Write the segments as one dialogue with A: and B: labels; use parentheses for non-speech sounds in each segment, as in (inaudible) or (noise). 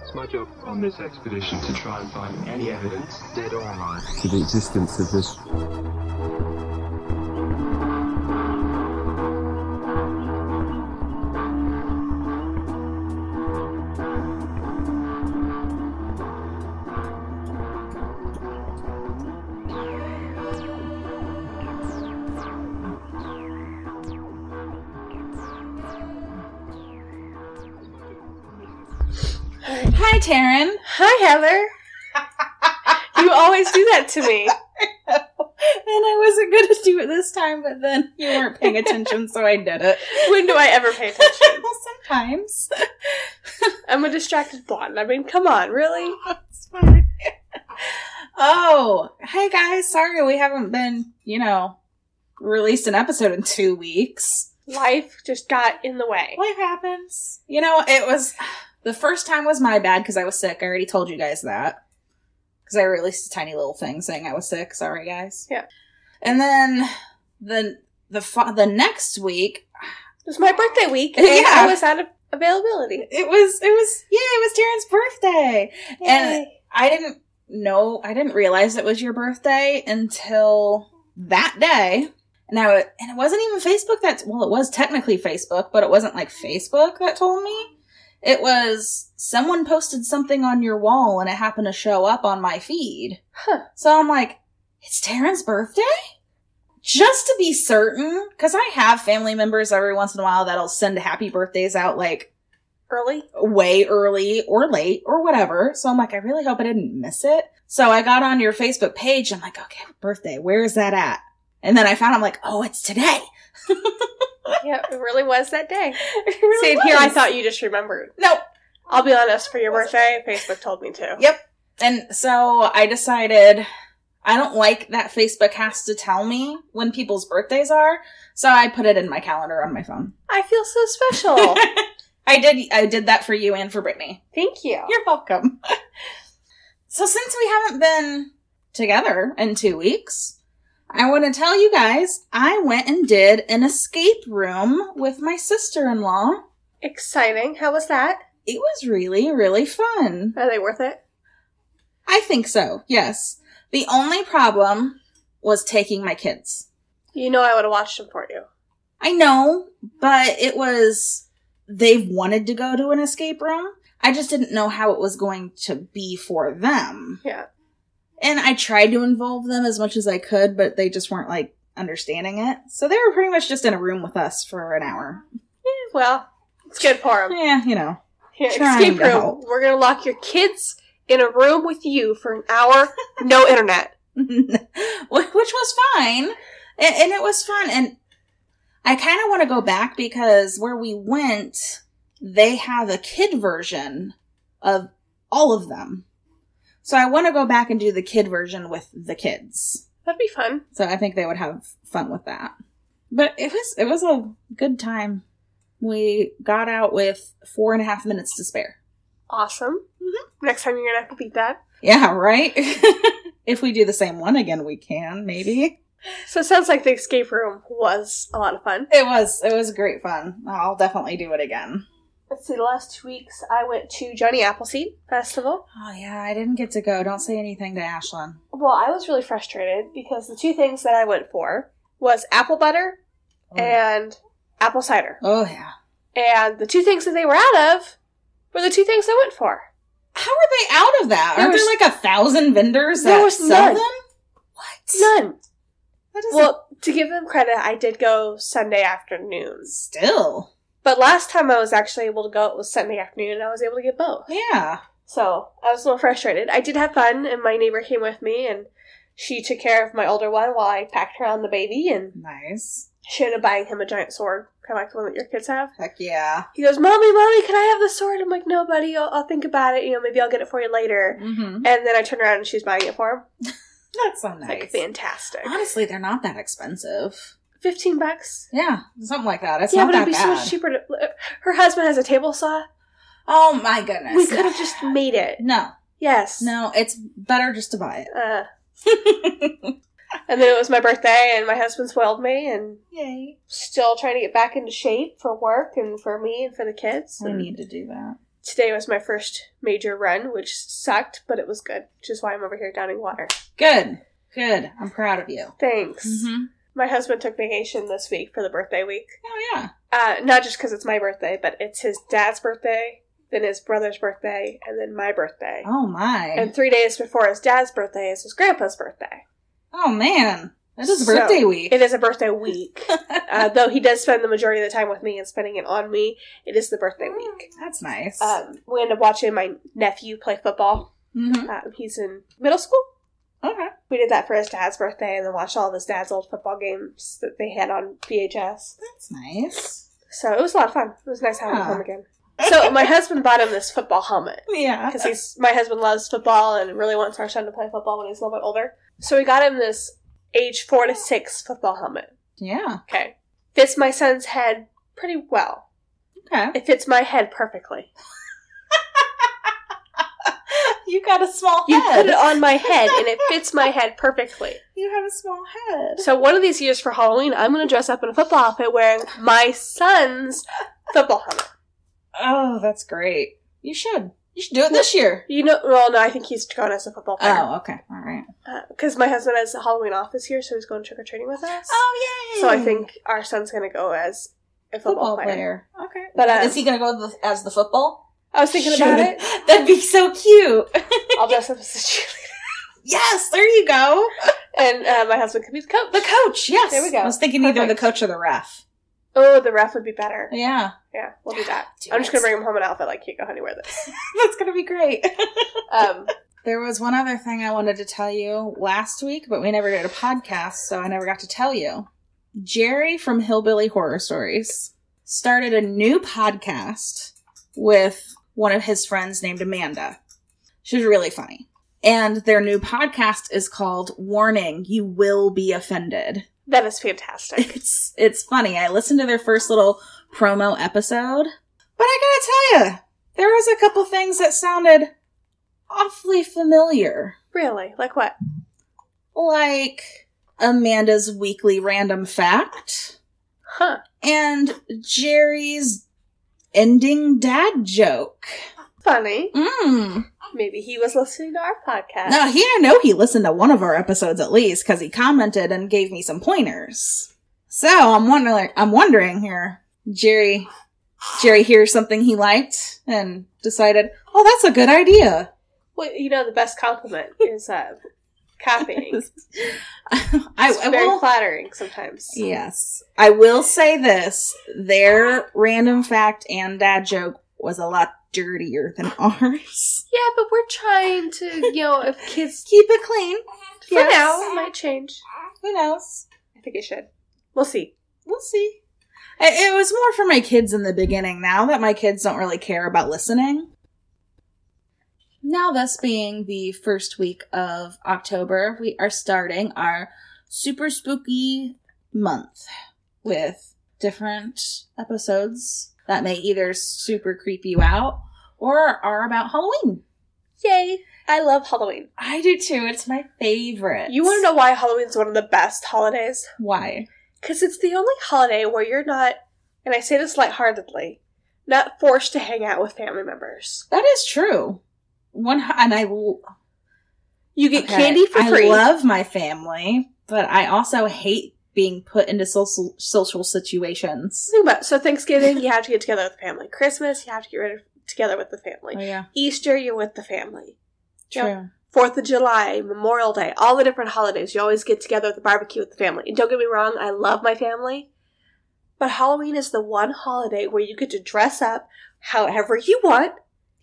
A: It's my job on this expedition to try and find any evidence, dead or alive,
B: to the existence of this.
C: Hi, Taryn.
D: Hi, Heather.
C: You always do that to me.
D: And I wasn't going to (laughs) do it this time, but then you weren't (laughs) paying attention, so I did it.
C: When do I ever pay attention?
D: (laughs) Well, sometimes.
C: I'm a distracted blonde. I mean, come on, really?
D: (laughs) That's fine. oh, hey guys. Sorry we haven't been, you know, released an episode in two weeks.
C: Life just got in the way.
D: Life happens. You know, it was the first time was my bad because I was sick. I already told you guys that because I released a tiny little thing saying I was sick. Sorry, guys.
C: Yeah.
D: And then the the fo- the next week,
C: It was my birthday week, and
D: Yeah.
C: I was out of availability.
D: it was it was yeah, it was Taryn's birthday. And- I didn't know, I didn't realize it was your birthday until that day. And I wa- and it wasn't even Facebook that well, it was technically Facebook, but it wasn't like Facebook that told me. It was someone posted something on your wall and it happened to show up on my feed.
C: Huh.
D: So I'm like, it's Taryn's birthday? Just to be certain, because I have family members every once in a while that'll send happy birthdays out like
C: early.
D: way early or late or whatever. So I'm like, I really hope I didn't miss it. So I got on your Facebook page. I'm like, okay, birthday. Where is that at? And then I found, I'm like, oh, it's today.
C: yeah, it really was that day.
D: (laughs) It really
C: See, here I
D: was.
C: thought you just remembered.
D: Nope.
C: I'll be honest, for your birthday, Facebook told me to.
D: Yep. And so I decided I don't like that Facebook has to tell me when people's birthdays are. So I put it in my calendar on my phone.
C: I feel so special.
D: I did, I did that for you and for Brittany.
C: (laughs) Thank you.
D: (laughs) You're welcome. so, since we haven't been together in two weeks, I want to tell you guys I went and did an escape room with my sister in law.
C: Exciting. How was that?
D: It was really, really fun.
C: Are they worth it?
D: I think so, yes. The only problem was taking my kids.
C: You know I would have watched them for you.
D: I know, but it was, they've wanted to go to an escape room. I just didn't know how it was going to be for them.
C: Yeah.
D: And I tried to involve them as much as I could, but they just weren't like understanding it. So they were pretty much just in a room with us for an hour.
C: Well, it's good for them.
D: Yeah, you know.
C: Here,
D: Trying
C: escape
D: to
C: room.
D: help.
C: We're gonna lock your kids in a room with you for an hour. (laughs) No internet.
D: (laughs) Wh- Which was fine. And, and it was fun. And I kind of want to go back because where we went, they have a kid version of all of them. So I want to go back and do the kid version with the kids.
C: That'd be fun.
D: So I think they would have fun with that. But it was it was a good time. We got out with four and a half minutes to spare.
C: Awesome. Next time you're gonna have to beat that.
D: Yeah, right. (laughs) if we do the same one again, we can maybe.
C: So it sounds like the escape room was a lot of fun.
D: It was it was great fun. I'll definitely do it again.
C: Let's see. The last two weeks, I went to Johnny Appleseed Festival.
D: Oh yeah, I didn't get to go. Don't say anything to Ashlyn.
C: Well, I was really frustrated because the two things that I went for was apple butter Mm. and apple cider,
D: oh yeah.
C: and the two things that they were out of were the two things I went for.
D: How are they out of that?
C: There
D: Aren't
C: was-
D: there like a thousand vendors
C: There
D: that
C: was
D: sell
C: none.
D: them? What?
C: None.
D: That is
C: Well, to give them credit, I did go Sunday afternoons.
D: still.
C: But last time I was actually able to go, it was Sunday afternoon, and I was able to get both.
D: Yeah.
C: So I was a little frustrated. I did have fun, and my neighbor came with me, and she took care of my older one while I packed around the baby, and
D: Nice.
C: she ended up buying him a giant sword, kind of like the one that your kids have.
D: Heck yeah.
C: He goes, "Mommy, mommy, can I have the sword?" I'm like, "No, buddy, I'll, I'll think about it. You know, maybe I'll get it for you later."
D: Mm-hmm.
C: And then I turned around and she's buying it for him.
D: That's so nice.
C: Like, fantastic.
D: Honestly, they're not that expensive.
C: Fifteen bucks.
D: Yeah, something like that. It's
C: yeah,
D: not
C: but it'd
D: that
C: be
D: bad.
C: so much cheaper. To, her husband has a table saw.
D: Oh my goodness.
C: We could have just made it.
D: No,
C: Yes.
D: no, it's better just to buy it.
C: Uh.
D: (laughs)
C: and then it was my birthday, and my husband spoiled me, and
D: Yay!
C: still trying to get back into shape for work and for me and for the kids.
D: We
C: and
D: need to do that.
C: today was my first major run, which sucked, but it was good, which is why I'm over here downing water.
D: Good. Good. I'm proud of you.
C: Thanks.
D: Mm-hmm.
C: My husband took vacation this week for the birthday week.
D: Oh, yeah.
C: Uh, not just because it's my birthday, but it's his dad's birthday, then his brother's birthday, and then my birthday.
D: Oh, my.
C: And three days before his dad's birthday is his grandpa's birthday.
D: oh, man. This is
C: So,
D: birthday week.
C: It is a birthday week. uh, though he does spend the majority of the time with me and spending it on me, it is the birthday
D: Mm.
C: week.
D: That's nice.
C: Um, we end up watching my nephew play football.
D: Mhm.
C: Um, he's in middle school.
D: Okay.
C: We did that for his dad's birthday and then watched all of his dad's old football games that they had on VHS.
D: That's nice.
C: So it was a lot of fun. It was nice having
D: Yeah.
C: him again. So my husband bought him this football helmet
D: Yeah.
C: because he's my husband loves football and really wants our son to play football when he's a little bit older. So we got him this age four to six football helmet.
D: Yeah.
C: Okay, fits my son's head pretty well.
D: Okay.
C: It fits my head perfectly.
D: (laughs) You got a small
C: You put
D: (laughs)
C: it on my head and it fits my head perfectly.
D: You have a small head.
C: So one of these years for Halloween, I'm going to dress up in a football outfit wearing my son's football helmet.
D: Oh, that's great. You should. You should do it this year.
C: You know, well, no, I think he's going as a football player
D: Oh, okay. All right.
C: because my husband has Halloween off this year, so he's going trick or treating with us.
D: Oh,
C: So I think our son's going to go as a football, player.
D: Okay.
C: But um,
D: Is he going to go the, as the football?
C: I was thinking
D: Shoot.
C: about
D: (laughs)
C: it.
D: That'd be so cute.
C: I'll dress up as a cheerleader,
D: Yes, there you go.
C: and uh, my husband could be the coach.
D: The coach. Yes.
C: There we go.
D: I was thinking either the
C: Perfect.
D: coach or the ref.
C: Oh, the ref would be better.
D: Yeah.
C: Yeah, we'll do that.
D: Do
C: I'm just
D: it. (laughs)
C: going to bring him home an outfit like, here you go, honey, wear this.
D: That's going to be great.
C: (laughs) Um,
D: There was one other thing I wanted to tell you last week, but we never did a podcast, so I never got to tell you. Jerry from Hillbilly Horror Stories started a new podcast with one of his friends named Amanda. She's really funny. And their new podcast is called Warning, You Will Be Offended.
C: that is fantastic.
D: It's it's funny. I listened to their first little promo episode, but I gotta tell you, there was a couple things that sounded awfully familiar
C: really? Like what?
D: like Amanda's weekly random fact
C: Huh.
D: and Jerry's ending dad joke.
C: Funny.
D: Mm.
C: Maybe he was listening to our podcast.
D: Now, he, I know he listened to one of our episodes at least because he commented and gave me some pointers. So I'm wondering, I'm wondering here, Jerry, Jerry hears something he liked and decided, oh, that's a good idea. (laughs)
C: Well, you know, the best compliment is uh, copying.
D: I,
C: (laughs) It's
D: I
C: very
D: will
C: flattering sometimes.
D: Yes. I will say this their random fact and dad joke was a lot dirtier than (laughs) ours.
C: Yeah, but we're trying to, you know, if kids
D: Keep it clean.
C: for
D: Yes.
C: now it might change.
D: Who knows?
C: I think it should. We'll see.
D: We'll see. I- It was more for my kids in the beginning. Now that my kids don't really care about listening. Now, this being the first week of October, we are starting our super spooky month with different episodes that may either super creep you out or are about Halloween.
C: Yay! I love Halloween.
D: I do too. It's my favorite.
C: You want to know why Halloween's one of the best holidays?
D: why?
C: Because it's the only holiday where you're not, and I say this lightheartedly, not forced to hang out with family members.
D: That is true. One hu- and I l-
C: You get
D: Okay,
C: candy for free.
D: I love my family, but I also hate being put into social social situations.
C: Think about it. so Thanksgiving, you have to get together with the family. Christmas, you have to get rid of, together with the family.
D: yeah,
C: Easter, you're with the family.
D: true.
C: Yep. Fourth of July, Memorial Day, all the different holidays, you always get together with the barbecue with the family. And don't get me wrong, I love my family, but Halloween is the one holiday where you get to dress up however you want.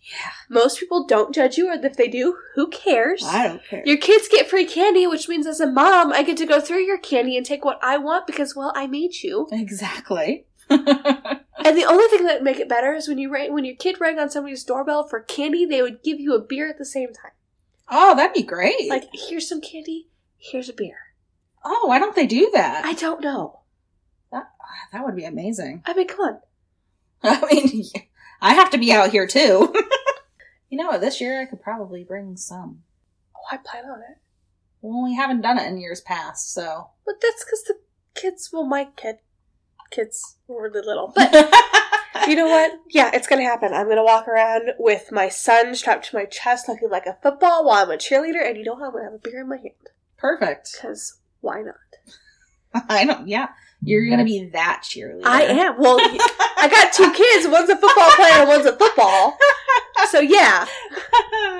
D: Yeah.
C: Most people don't judge you, or if they do, who cares?
D: I don't care.
C: Your kids get free candy, which means as a mom, I get to go through your candy and take what I want because, well, I made you.
D: exactly. (laughs) oh
C: And the only thing that would make it better is when you rang, when your kid rang on somebody's doorbell for candy, they would give you a beer at the same time.
D: that'd be great.
C: Like, here's some candy, here's a beer.
D: oh, why don't they do that?
C: I don't know.
D: that, that would be amazing. (laughs)
C: I mean, come on.
D: I mean, I have to be out here too. (laughs) you know what? This year I could probably bring some.
C: Oh, I plan on it.
D: Well, we haven't done it in years past, so.
C: But that's because the kids, well, my kid, kids were really little. But (laughs) you know what? Yeah, it's gonna happen. I'm gonna walk around with my son strapped to my chest, looking like a football while I'm a cheerleader, and you know what? I'm gonna have a beer in my hand
D: (laughs) Perfect. (laughs)
C: because why not?
D: I don't. Yeah, you're gonna be that cheerleader.
C: Mm-hmm.
D: (laughs)
C: I am. Well, I got (laughs) two kids. One's a football player, and one's a football. So yeah,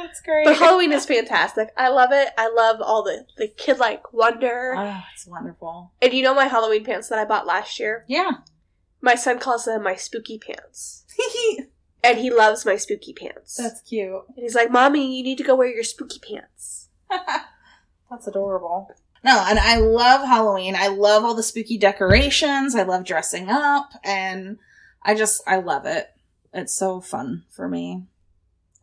D: That's great.
C: but Halloween is fantastic. I love it. I love all the the kid like wonder.
D: Oh, it's wonderful.
C: And you know my Halloween pants that I bought last year.
D: Yeah. (laughs)
C: My son calls them my spooky pants, and he loves my spooky pants.
D: That's cute. (laughs)
C: And he's like, Mommy, you need to go wear your spooky pants.
D: That's adorable. No, and I love Halloween. I love all the spooky decorations. I love dressing up and I just I love it. It's so fun for me.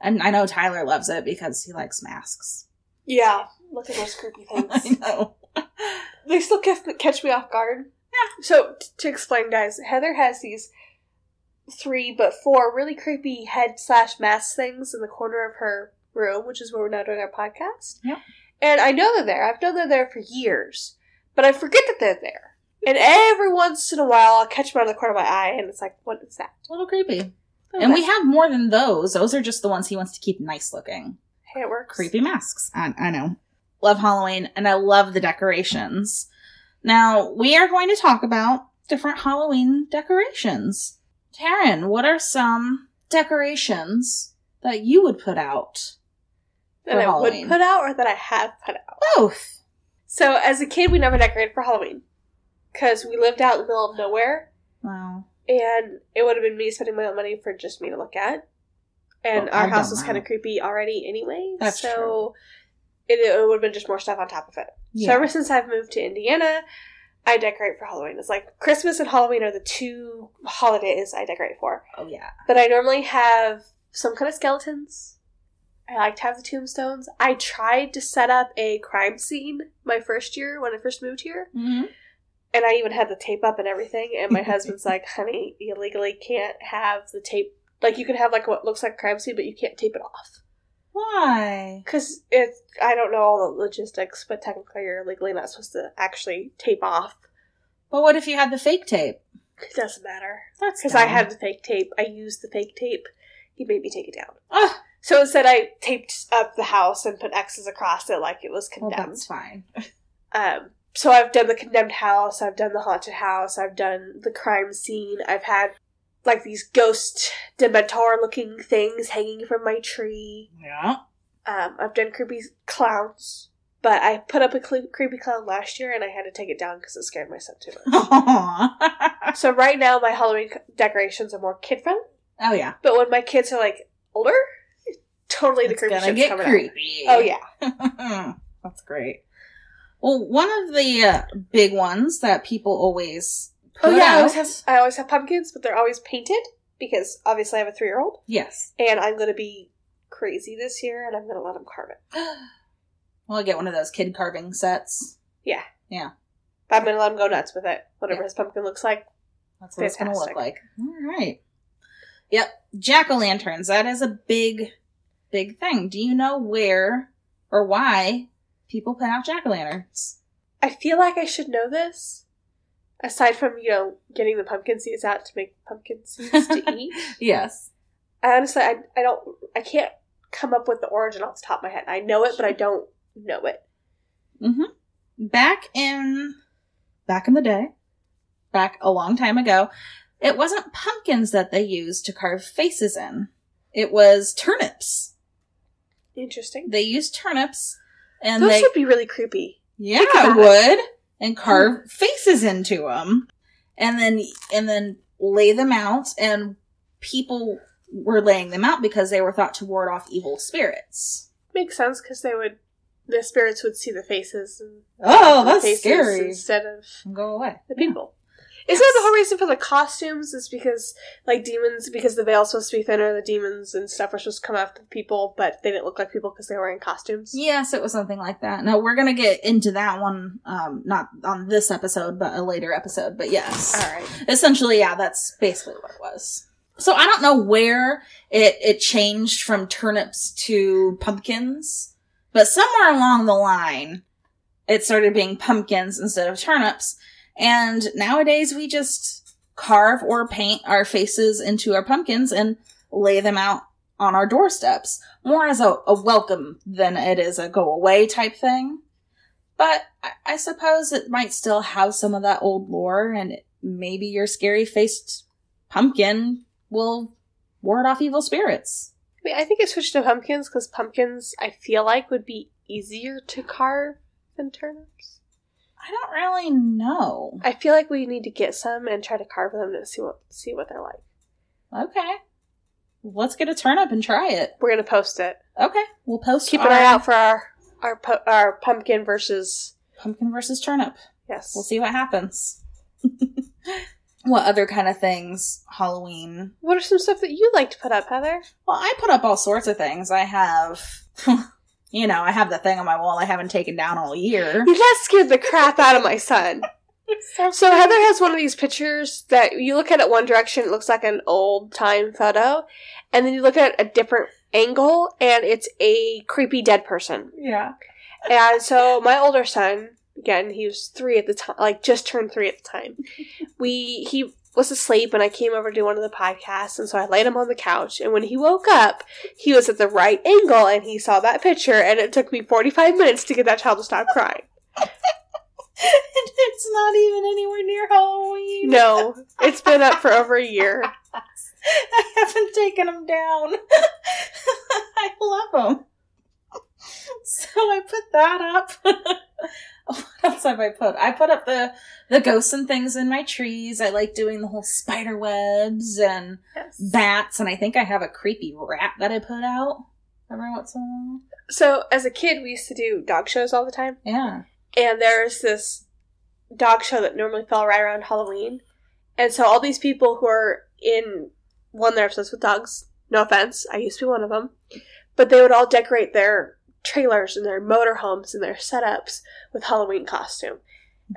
D: And I know Tyler loves it because he likes masks. (laughs)
C: Yeah, look at those (laughs) creepy
D: I know.
C: they still catch me, catch me off guard. Yeah. So, t- to explain, guys, Heather has these three, but four really creepy head slash mask things in the corner of her room, which is where we're now doing our podcast.
D: Yeah.
C: And I know they're there. I've known they're there for years, but I forget that they're there. And every once in a while, I'll catch them out of the corner of my eye, and it's like, what is that?
D: A little creepy. And we have more than those. Those are just the ones he wants to keep nice looking.
C: Hey, it works.
D: creepy masks. I, I know. Love Halloween and I love the decorations. Now, we are going to talk about different Halloween decorations. Taryn, what are some decorations that you would put out?
C: That
D: for
C: I
D: Halloween.
C: would put out, or that I have put out.
D: Both.
C: So as a kid, we never decorated for Halloween because we lived out in the middle of nowhere,
D: Wow.
C: and it would have been me spending my own money for just me to look at. And
D: Well,
C: our
D: I've
C: house
D: done
C: was
D: that.
C: kind of creepy already, anyway.
D: That's
C: so
D: true.
C: it, it would have been just more stuff on top of it. So ever since I've moved to Indiana, I decorate for Halloween. It's like Christmas and Halloween are the two holidays I decorate for.
D: oh, yeah.
C: But I normally have some kind of skeletons. I like to have the tombstones. I tried to set up a crime scene my first year when I first moved here. And I even had the tape up and everything. And my
D: (laughs)
C: husband's like, honey, you legally can't have the tape. Like, you can have, like, what looks like a crime scene, but you can't tape it off.
D: Why?
C: Because it's, I don't know all the logistics, but technically you're legally not supposed to actually tape off.
D: But what if you had the fake tape?
C: It doesn't matter.
D: That's
C: Because I
D: dumb.
C: had the fake tape. I used the fake tape. He made me take it down.
D: Oh,
C: So instead, I taped up the house and put X's across it like it was
D: well,
C: condemned.
D: that's fine.
C: um, so I've done the condemned house, I've done the haunted house, I've done the crime scene, I've had like these ghost dementor looking things hanging from my tree.
D: Yeah. (laughs)
C: Um, I've done creepy clowns, but I put up a cl- creepy clown last year and I had to take it down because it scared my son too
D: (laughs)
C: much.
D: oh,
C: so right now, my Halloween c- decorations are more kid friendly,
D: yeah.
C: but when my kids are like older, totally the
D: it's
C: creepy
D: gonna
C: shit's
D: get
C: coming out.
D: creepy.
C: Oh yeah.
D: Hmm, That's great. Well, one of the uh, big ones that people always
C: Oh
D: put
C: yeah, I
D: out-
C: always have I always have pumpkins, but they're always painted because obviously I have a three year old,
D: yes. (gasps)
C: and I'm gonna be crazy this year, and I'm gonna let him carve it.
D: Well, I get one of those kid carving sets.
C: But I'm gonna let him go nuts with it, whatever
D: Yeah.
C: his pumpkin looks like.
D: That's what it's going to
C: Fantastic.
D: look like. All right. Yep, jack o' lanterns. That is a big, big thing. Do you know where or why people put out jack o' lanterns?
C: I feel like I should know this, aside from you know getting the pumpkin seeds out to make pumpkin
D: (laughs)
C: seeds to eat.
D: Yes.
C: I honestly, I, I don't, I can't come up with the origin off the top of my head. I know it, but I don't know it.
D: Mm-hmm. back in back in the day back a long time ago it wasn't pumpkins that they used to carve faces in it was turnips
C: Interesting.
D: they used turnips and
C: Those
D: they
C: would be really creepy.
D: yeah
C: Think about
D: wood and carve faces into them and then and then lay them out and people were laying them out because they were thought to ward off evil spirits
C: Makes sense because they would, the spirits would see the faces. And
D: oh
C: the
D: that's
C: faces
D: scary
C: Instead of
D: go away
C: the
D: Yeah.
C: people. Isn't that the whole reason for the costumes? Is because like demons, because the veil's supposed to be thinner, the demons and stuff were supposed to come after the people, but they didn't look like people because they were in costumes.
D: Yes, it was something like that. No, we're gonna get into that one, um, not on this episode, but a later episode. But yes,
C: All right.
D: essentially, yeah, that's basically what it was. So I don't know where it it changed from turnips to pumpkins, but somewhere along the line, it started being pumpkins instead of turnips, and nowadays we just carve or paint our faces into our pumpkins and lay them out on our doorsteps, more as a, a welcome than it is a go away type thing. But I, I suppose it might still have some of that old lore, and maybe your scary faced pumpkin will ward off evil spirits.
C: I mean, I think I switched to pumpkins because pumpkins, I feel like, would be easier to carve than turnips.
D: I don't really know.
C: I feel like we need to get some and try to carve them to see what see what they're like.
D: Okay. Let's get a turnip and try it.
C: We're gonna post it.
D: Okay. We'll post
C: Keep an
D: our
C: eye out for our our pu- our pumpkin versus
D: pumpkin versus turnip.
C: yes.
D: We'll see what happens. (laughs) what other kind of things Halloween?
C: What are some stuff that you like to put up, Heather?
D: Well, I put up all sorts of things. I have, (laughs) you know, I have the thing on my wall I haven't taken down all
C: (laughs)
D: year.
C: You just scared the crap out of my son. So Heather has one of these pictures that you look at it one direction, it looks like an old time photo, and then you look at it a different angle, and it's a creepy dead person.
D: Yeah. (laughs)
C: And so my older son, again, he was three at the time, like just turned three at the time. We he was asleep, and I came over to do one of the podcasts, and so I laid him on the couch. And when he woke up, he was at the right angle, and he saw that picture. And it took me forty five minutes to get that child to stop crying.
D: and it's not even anywhere near Halloween.
C: No, it's been up for over a year.
D: (laughs) I haven't taken them down. (laughs) I love them. So I put that up. (laughs) what else have I put? I put up the the ghosts and things in my trees. I like doing the whole spider webs and bats, and I think I have a creepy rat that I put out every once in a while.
C: So as a kid, we used to do dog shows all the time.
D: Yeah.
C: and there's this dog show that normally fell right around Halloween. And so all these people who are in one, they're obsessed with dogs. No offense, I used to be one of them, but they would all decorate their trailers and their motorhomes and their setups with Halloween costume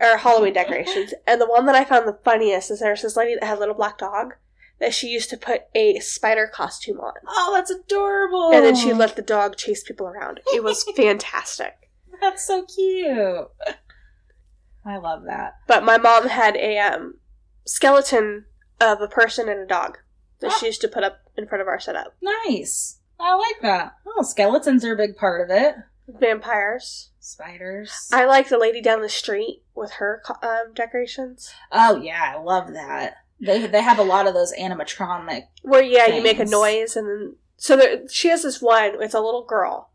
C: or Halloween decorations. And the one that I found the funniest is there's this lady that had a little black dog that she used to put a spider costume on,
D: Oh, that's adorable.
C: and then she let the dog chase people around. It was (laughs) fantastic.
D: That's so cute. I love that.
C: But my mom had a um, skeleton of a person and a dog
D: Ah.
C: that she used to put up in front of our setup.
D: Nice. I like that. Oh, skeletons are a big part of it.
C: Vampires.
D: Spiders.
C: I like the lady down the street with her co- um, decorations.
D: oh yeah, I love that. They they have a lot of those animatronic.
C: Where yeah, you make a
D: Things.
C: noise and then so there, she has this one. It's a little girl,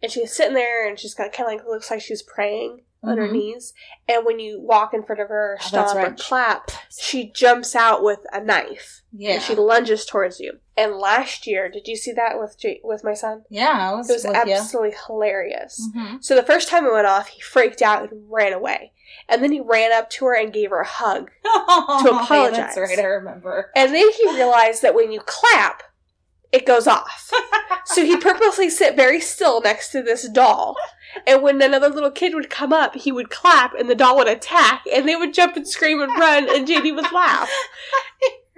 C: and she's sitting there and she's got kind of like looks like she's praying on her
D: Mhm.
C: knees. And when you walk in front of her, or
D: Oh, that's
C: stomp or
D: right.
C: clap, she jumps out with a knife.
D: mm-hmm. Yeah.
C: and she lunges towards you. And last year, did you see that with J- with my son?
D: yeah, I was,
C: It was
D: with
C: absolutely hilarious.
D: you.
C: (laughs)
D: Mhm.
C: So the first time it went off, he freaked out and ran away. And then he ran up to her and gave her a hug.
D: Oh, (laughs) yeah,
C: apologize.
D: That's right. I remember.
C: And then he realized that when you clap, it
D: (laughs)
C: goes off. so he purposely sit very still next to this doll. And when another little kid would come up, he would clap and the doll would attack and they would jump and scream and run and JD would laugh.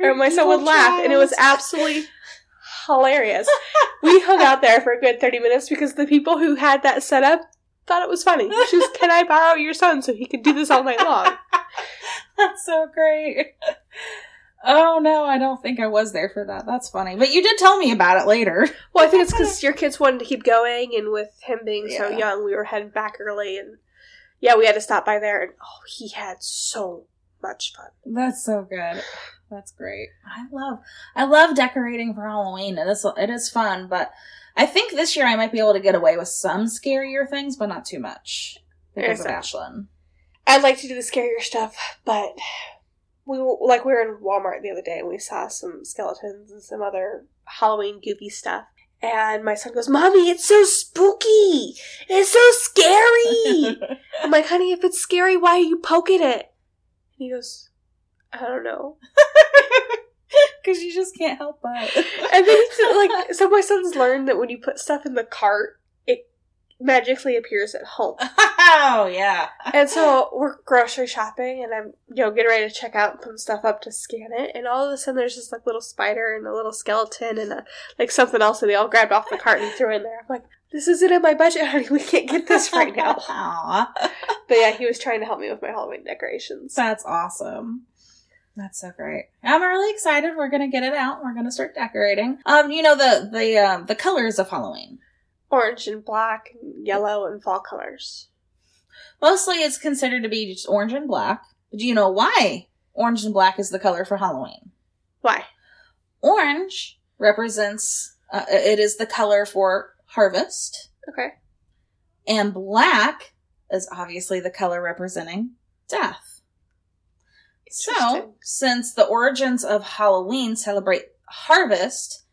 C: Or my son would
D: Evil
C: laugh and it was
D: child.
C: absolutely hilarious. We hung out there for a good 30 minutes because the people who had that set up thought it was funny. She was, can I borrow your son so he can do this all night long?
D: (laughs) That's so great. (laughs) Oh no, I don't think I was there for that. That's funny, but you did tell me about it later.
C: Well, I think it's because your kids wanted to keep going, and with him being so
D: Yeah.
C: young, we were heading back early, and yeah, we had to stop by there, and oh, he had so much fun.
D: That's so good. That's great. I love I love decorating for Halloween. It is it is fun, but I think this year I might be able to get away with some scarier things, but not too much because of
C: Exactly.
D: (laughs) Ashlyn.
C: I'd like to do the scarier stuff, but we were like we were in Walmart the other day, and we saw some skeletons and some other Halloween goopy stuff. And my son goes, "Mommy, it's so spooky! It's so scary!"
D: (laughs)
C: I'm like, honey, if it's scary, why are you poking it? And he goes, I don't know.
D: Because you just can't help but.
C: And then he said, like, so my son's learned that when you put stuff in the cart, it magically appears at home.
D: (laughs) oh yeah.
C: And so we're grocery shopping, and I'm, you know, getting ready to check out and put stuff up to scan it. And all of a sudden, there's this like little spider and a little skeleton and a, like something else that they all grabbed off the cart and threw in there. I'm like, this isn't in my budget, honey. We can't get this right now.
D: (laughs) Aw.
C: But yeah, he was trying to help me with my Halloween decorations.
D: That's awesome. That's so great. I'm really excited. We're gonna get it out. We're gonna start decorating. Um, you know the the um, the colors of Halloween.
C: Orange and black, and yellow and fall colors.
D: Mostly, it's considered to be just orange and black. But do you know why orange and black is the color for Halloween?
C: Why?
D: Orange represents uh, it is the color for harvest,
C: Okay.
D: and black is obviously the color representing death. So,
C: Interesting.
D: since the origins of Halloween celebrate harvest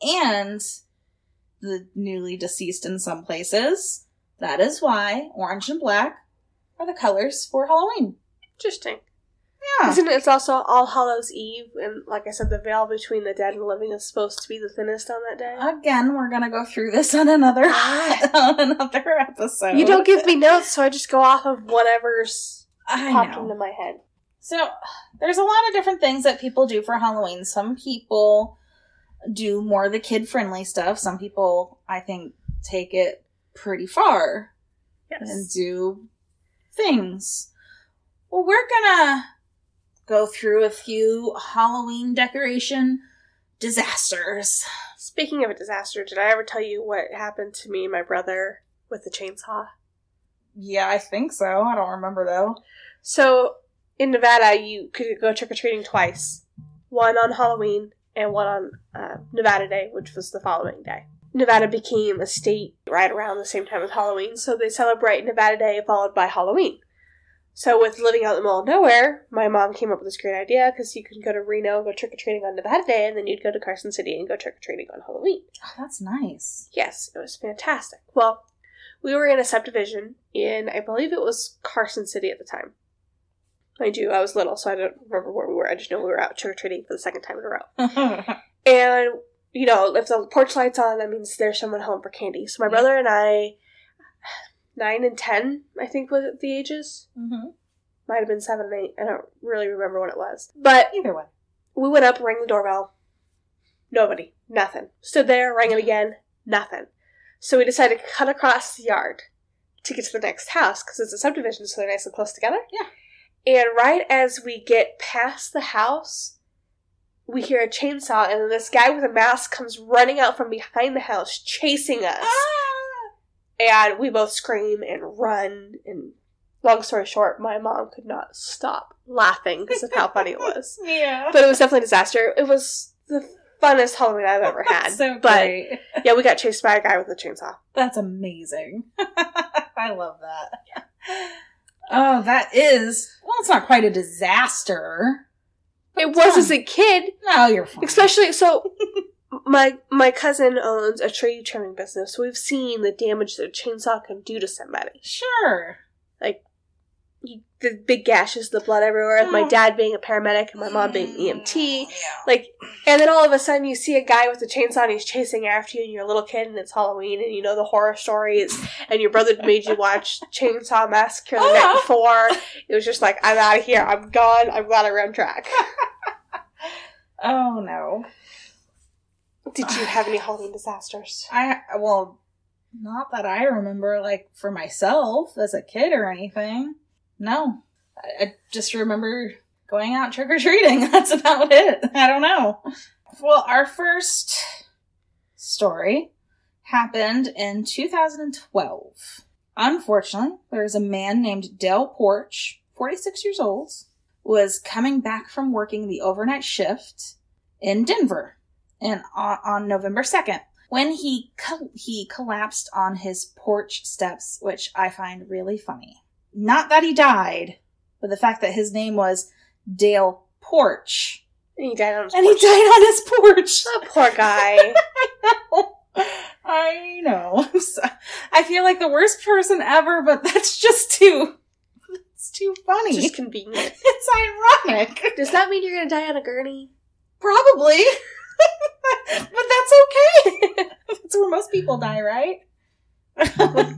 D: and the newly deceased in some places, that is why orange and black are the colors for Halloween.
C: Interesting.
D: Yeah.
C: Isn't it? It's also All Hallows Eve, and like I said, the veil between the dead and living is supposed to be the thinnest on that
D: Oh,
C: day.
D: Again, we're gonna go through this on another
C: Ah.
D: (laughs) on another episode.
C: You don't give me notes, so I just go off of whatever's
D: I
C: popped
D: know.
C: into my head.
D: So there's a lot of different things that people do for Halloween. Some people do more of the kid friendly stuff. Some people, I think, take it pretty far and
C: Yes.
D: do things. Well, we're gonna go through a few Halloween decoration disasters.
C: Speaking of a disaster, did I ever tell you what happened to me and my brother with the chainsaw?
D: Yeah, I think so. I don't remember though.
C: So in Nevada, you could go trick or treating twice one on Halloween and one on uh, Nevada Day, which was the following day. Nevada became a state right around the same time as Halloween, so they celebrate Nevada Day followed by Halloween. So, with living out in the middle of nowhere, my mom came up with this great idea because you can go to Reno and go trick or treating on Nevada Day, and then you'd go to Carson City and go trick or treating on Halloween.
D: Oh, that's (laughs) nice.
C: Yes, it was fantastic. Well, we were in a subdivision in, I believe it was Carson City at the time. I do, I was little, so I don't remember where we were. I just know we were out trick or treating for the second time in a row. And, you know, if the porch light's on, that means there's someone home for candy. So my brother and I, nine and ten, I think, was the ages.
D: Mhm.
C: Might have been seven and eight. I don't really remember what it was. But
D: Either way.
C: we went up, rang the doorbell. Nobody. Nothing. Stood there, rang it again. Nothing. So we decided to cut across the yard to get to the next house because it's a subdivision, so they're nice and close together.
D: Yeah.
C: And right as we get past the house, we hear a chainsaw, and then this guy with a mask comes running out from behind the house, chasing us.
D: Ah!
C: And we both scream and run. And long story short, my mom could not stop laughing because of how funny it was
D: (laughs) Yeah.
C: but it was definitely a disaster. It was the funnest Halloween
D: (laughs)
C: I've ever had.
D: That's so
C: but
D: great.
C: yeah, we got chased by a guy with a chainsaw.
D: That's amazing. (laughs) I love that. Oh, that is. Well, it's not quite a disaster.
C: It was
D: fun.
C: as a kid,
D: No, you're fine.
C: especially so. My my cousin owns a tree trimming business, so we've seen the damage that a chainsaw can do to somebody.
D: sure.
C: You- The big gashes, the blood everywhere. with My
D: Oh.
C: dad being a paramedic and my mom being
D: E
C: E EMT,
D: Yeah.
C: like, and then all of a sudden you see a guy with a chainsaw and he's chasing after you, and you're a little kid, and it's Halloween, and you know the horror stories, and your brother made you watch Chainsaw Massacre the night
D: Oh.
C: before. It was just like, I'm out of here, I'm gone, I'm glad I ran track.
D: Oh no.
C: Did you have any Halloween disasters?
D: I well, not that I remember. Like for myself as a kid or anything. No, I, I just remember going out trick or treating. (laughs) That's about it. I don't know. Well, our first story happened in 2012. Unfortunately, there was a man named Dell Porch, 46 years old, was coming back from working the overnight shift in Denver and on, on November 2nd when he co- he collapsed on his porch steps, which I find really funny. Not that he died, but the fact that his name was Dale Porch
C: And he died on his
D: and he
C: porch.
D: died on his porch.
C: Oh, poor guy.
D: (laughs) I know. (laughs) I'm so- I feel like the worst person ever, but that's just too. It's too funny. (laughs)
C: just convenient.
D: it's ironic,
C: Does that mean you're gonna die on a gurney?
D: probably, (laughs) but that's okay. (laughs) that's where most people die, right?
C: No.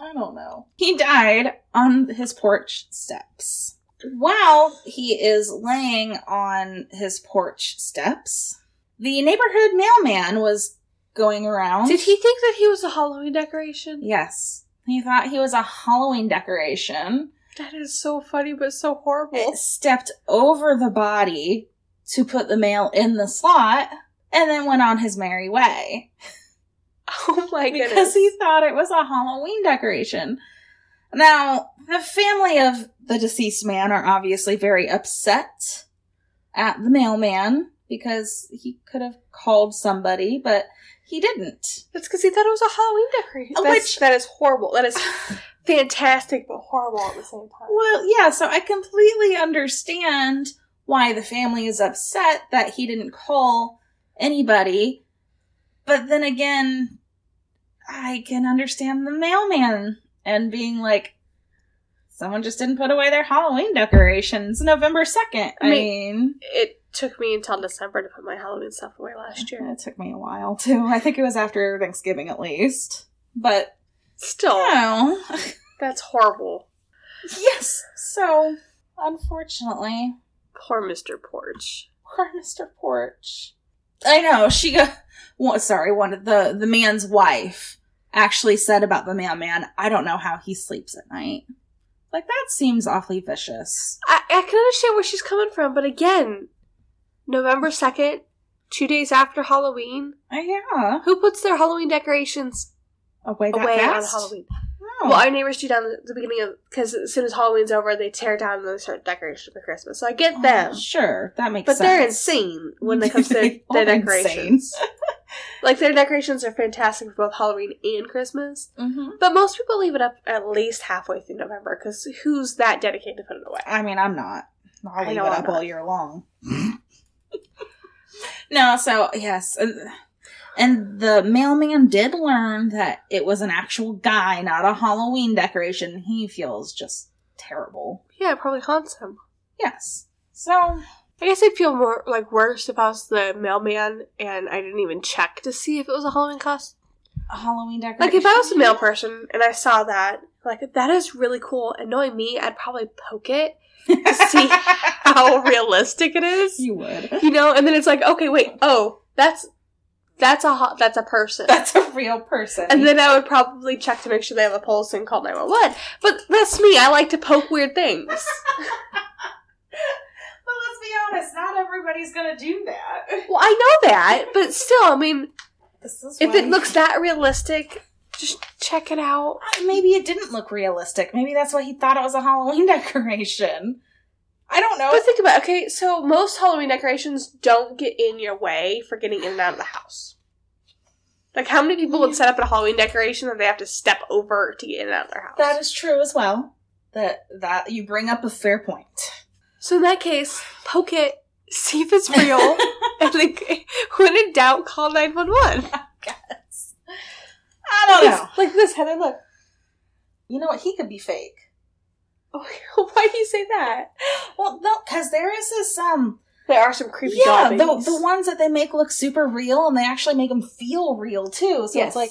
D: I don't know. He died on his porch steps. While he is laying on his porch steps, the neighborhood mailman was going around. (laughs)
C: Did he think that he was a Halloween decoration?
D: Yes. He thought he was a Halloween decoration.
C: That is so funny, but so horrible.
D: It stepped over the body to put the mail in the slot and then went on his merry way
C: (laughs) Oh my
D: because
C: goodness.
D: he thought it was a Halloween decoration. Now, the family of the deceased man are obviously very upset at the mailman because he could have called somebody, but he didn't.
C: That's because he thought it was a Halloween decoration.
D: Oh,
C: That's,
D: which-
C: that is horrible. That (laughs) is fantastic, but horrible at the same time.
D: Well, yeah, so I completely understand why the family is upset that he didn't call anybody. But then again, I can understand the mailman and being like, someone just didn't put away their Halloween decorations November 2nd.
C: I
D: I
C: mean-
D: mean,
C: It took me until December to put my Halloween stuff away last year.
D: it took me a while too. I think it was after Thanksgiving at least. But,
C: Still,
D: no.
C: that's horrible.
D: (laughs) yes. So, unfortunately,
C: Poor Mr. Porch.
D: Poor Mr. Porch. I know she. got- Well, sorry, one of the the man's wife actually said about the mailman. I don't know how he sleeps at night. Like that seems awfully vicious.
C: I, I can understand where she's coming from, but again, November 2nd, two days after Halloween,
D: Uh, yeah,
C: who puts their Halloween decorations
D: away that
C: away on
D: fast. Oh.
C: Halloween?
D: No.
C: Well, our neighbors do down the, the beginning of, because as soon as Halloween's over, they tear down and they start decorations for Christmas. So I get them.
D: Oh, sure, that makes
C: But
D: sense.
C: they're insane when it (laughs) comes to
D: They
C: their
D: are insane.
C: decorations. like their decorations are fantastic for both Halloween and Christmas.
D: hmm
C: But most people leave it up at least halfway through November because who's that dedicated to put it away?
D: I mean, I'm not.
C: I
D: I'll leave it
C: know I'm
D: up all
C: not.
D: year
C: (laughs)
D: long. no, so yes, and, and the mailman did learn that it was an actual guy, not a Halloween decoration. He feels just terrible.
C: Yeah, it probably haunts him.
D: Yes. So
C: I guess I'd feel more like worse if I was the mailman and I didn't even check to see if it was a Halloween costume.
D: a Halloween decoration.
C: Like if I was a mail person and I saw that, like that is really cool. And knowing me, I'd probably poke (laughs) it to see how realistic it
D: (laughs)
C: is.
D: you would.
C: you know and then it's like okay wait oh that's that's a ho- that's a person
D: That's a real person.
C: and then i would probably check to make sure they have a pulse and call 911 but that's me i like to poke weird (laughs) things
D: but let's be honest, not everybody's gonna do that.
C: well i know that but still i mean
D: This is
C: if
D: why-
C: it looks that realistic just check it out
D: Uh, Maybe it didn't look realistic. Maybe that's why he thought it was a Halloween (laughs) decoration. I don't know.
C: but think about it, okay so most halloween decorations don't get in your way for getting in and out of the house like how many people would set up a halloween decoration that they have to step over to get in and out of their house
D: That is true as well. That that you bring up a fair point.
C: So in that case, poke it, see if it's (laughs) real, and then when in doubt, call nine one one.
D: Yes. I don't know.
C: Like this, Heather. Look.
D: You know what? He could be fake.
C: Oh, (laughs) why do you say that?
D: Well, no, because there is this um
C: There are some creepy
D: yeah the
C: doll babies.
D: the ones that they make look super real and they actually make them feel real too. So
C: Yes.
D: it's like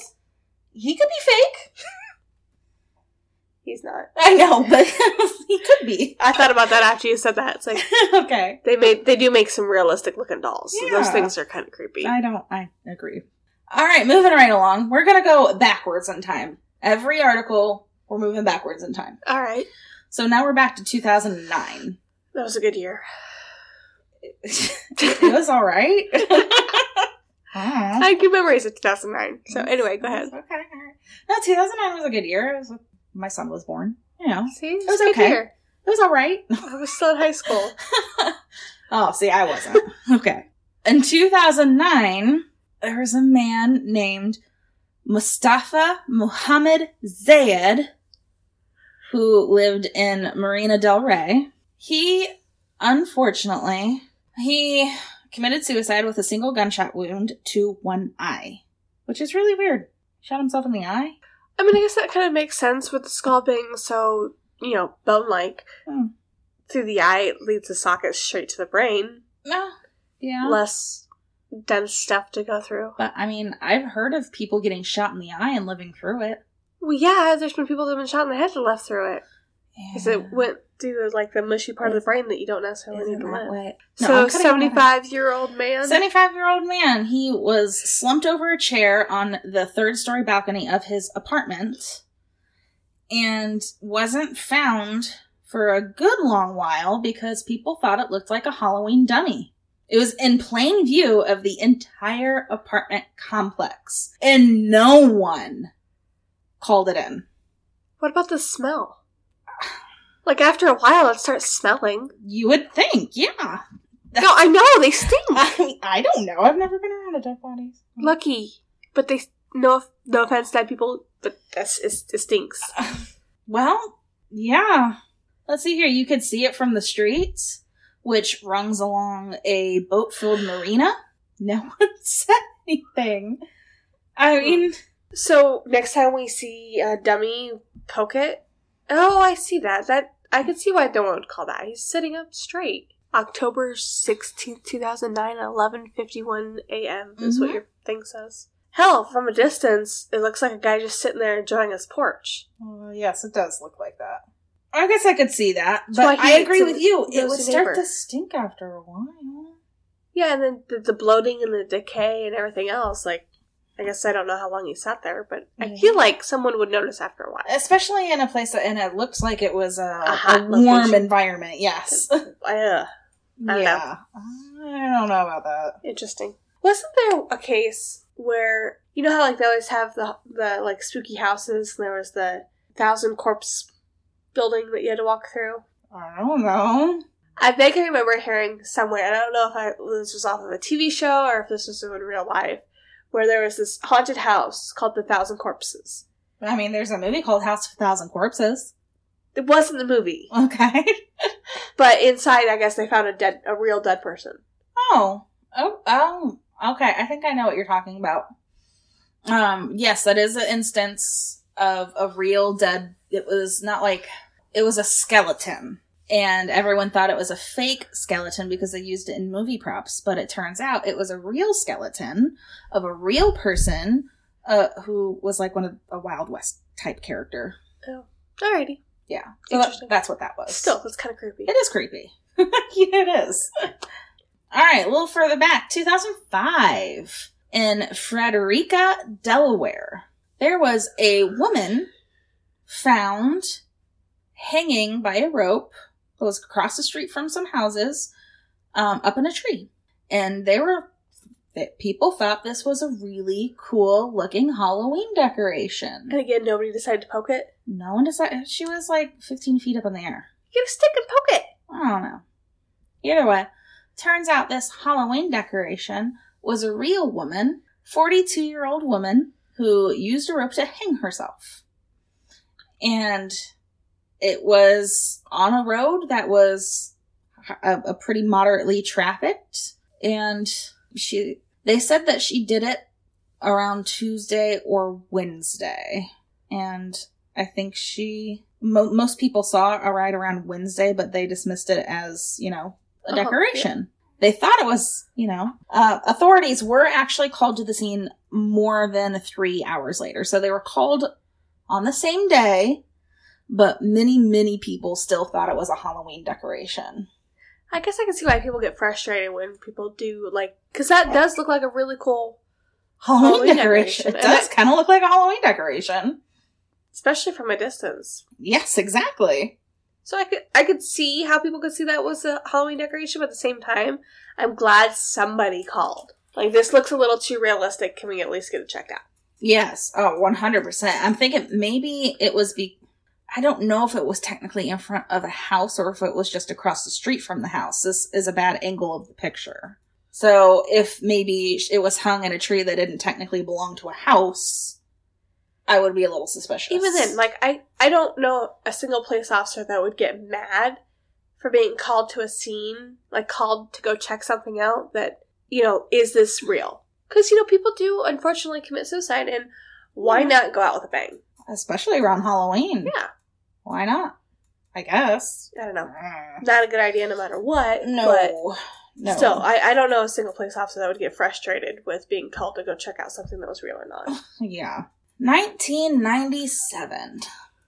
D: he could be fake.
C: He's not.
D: I know, but (laughs) he could be. (laughs)
C: I thought about that after you said that. It's like
D: okay.
C: they made they do make some realistic looking dolls. So those
D: Yeah.
C: things are kind of creepy.
D: I don't. I agree. All right, moving right along. We're gonna go backwards in time. Every article, we're moving backwards in time.
C: All right,
D: So now we're back to (laughs) 2009.
C: that was a good (laughs) year.
D: it was all (laughs) right.
C: I had good memories of 2009. So anyway, go ahead.
D: Okay. all right. No, 2009 was a good year. It was my son was born. You know,
C: See, it
D: was
C: a good
D: okay.
C: year.
D: it was all right.
C: I was still in high school.
D: Oh, see, I wasn't. okay. In 2009, there was a man named Mustafa Muhammad Zayed who lived in Marina Del Rey. He, unfortunately, he committed suicide with a single gunshot wound to one eye, which is really weird. Shot himself in the eye?
C: I mean, I guess that kind of makes sense with the skull being so, you know, bone like.
D: Hmm.
C: Through the eye, it leads the socket straight to the brain.
D: No. Yeah.
C: Less dense stuff to go through.
D: but I mean, I've heard of people getting shot in the eye and living through it.
C: Well, yeah, there's been people that have been shot in the head and left through it. Because
D: Yeah.
C: it went through, like, the mushy part of the brain that you don't necessarily need
D: Isn't
C: to
D: that
C: live.
D: what?
C: so, 75 year old man.
D: 75 year old man. He was slumped over a chair on the third story balcony of his apartment and wasn't found for a good long while because people thought it looked like a Halloween dummy. It was in plain view of the entire apartment complex, and no one called it in.
C: What about the smell? Like after a while, it
D: (laughs)
C: starts smelling.
D: You would think, yeah. (laughs)
C: No, I know they stink.
D: I, I don't know. I've never been around a dead body.
C: Lucky, but they no no offense, dead people, but that's it, it stinks.
D: Well, yeah. Let's see here. You could see it from the streets, which runs along a boat filled marina. No (laughs) one said anything. I mean,
C: So next time we see a dummy poke it, oh, I see that. That I can see why no one would call that. He's sitting up straight. October sixteenth, two thousand nine, eleven fifty one a.m. is what
D: Mhm.
C: your thing says. Hell, from a distance, it looks like a guy just sitting there enjoying his porch.
D: uh, yes, it does look like that. I guess I could see that,
C: That's
D: but
C: why
D: I
C: he
D: agree
C: makes
D: with
C: it-
D: you. It
C: goes
D: would
C: to
D: start
C: vapor.
D: to stink after a while.
C: Yeah, and then the, the bloating and the decay and everything else. Like, I guess I don't know how long he sat there, but I
D: Mhm.
C: feel like someone would notice after a while.
D: Especially in a place that, and it looks like it was a,
C: A
D: a,
C: hot
D: warm
C: location.
D: environment.
C: (laughs)
D: Yes.
C: Ugh, don't know.
D: yeah. I don't know about that.
C: interesting. Wasn't there a case where you know how like they always have the the like spooky houses and there was the thousand corpse building that you had to walk through?
D: I don't know.
C: I vaguely remember hearing somewhere, and I don't know if I, this was off of a TV show or if this was in real life, where there was this haunted house called the Thousand Corpses.
D: I mean, there's a movie called House of a Thousand Corpses.
C: It wasn't the movie.
D: Okay. (laughs)
C: But inside, I guess they found a dead, a real dead person.
D: Oh, oh, oh, okay. I think I know what you're talking about. Um, yes, that is an instance of a real dead. It was not like it was a skeleton, and everyone thought it was a fake skeleton because they used it in movie props. But it turns out it was a real skeleton of a real person uh, who was like one of a Wild West type character.
C: Alrighty.
D: Yeah, so that-
C: Interesting.
D: that's what that was.
C: Still, that's kind of creepy.
D: It is creepy. (laughs) yeah, it is. All right, a little further back, 2005, in Frederica, Delaware, there was a woman found hanging by a rope that was across the street from some houses um, up in a tree. And they were, that people thought this was a really cool looking Halloween decoration.
C: And again, nobody decided to poke it.
D: No one decided, she was like 15 feet up in the air.
C: Get a stick and poke it.
D: I don't know. Either way, turns out this Halloween decoration was a real woman, 42 year old woman, who used a rope to hang herself. And it was on a road that was a, a pretty moderately trafficked. And she, they said that she did it around Tuesday or Wednesday. And I think she mo- most people saw it right around Wednesday, but they dismissed it as you know a
C: Oh, yeah.
D: decoration. They thought it was you know. Uh, authorities were actually called to the scene more than three hours later, so they were called on the same day. But many many people still thought it was a Halloween decoration.
C: I guess I can see why people get frustrated when people do like, because that does look like a really cool,
D: Halloween,
C: Halloween
D: decoration.
C: decoration.
D: It does kind of look like a Halloween decoration.
C: especially from a distance.
D: Yes, exactly.
C: So I could I could see how people could see that was a Halloween decoration, but at the same time, I'm glad somebody called. Like this looks a little too realistic. Can we at least get it checked out?
D: Yes. Oh, 100%. I'm thinking maybe it was be I don't know if it was technically in front of a house or if it was just across the street from the house. This is a bad angle of the picture. So, if maybe it was hung in a tree that didn't technically belong to a house, I would be a little suspicious.
C: Even then, like I, I don't know a single police officer that would get mad for being called to a scene, like called to go check something out. That you know, is this real? Because you know, people do unfortunately commit suicide, and why
D: Yeah.
C: not go out with a bang?
D: especially around Halloween.
C: Yeah,
D: Why not? I guess.
C: I don't know, not a good idea, no matter what.
D: No.
C: but
D: no.
C: still, I, I don't know a single police officer that would get frustrated with being called to go check out something that was real or not.
D: Yeah. 1997.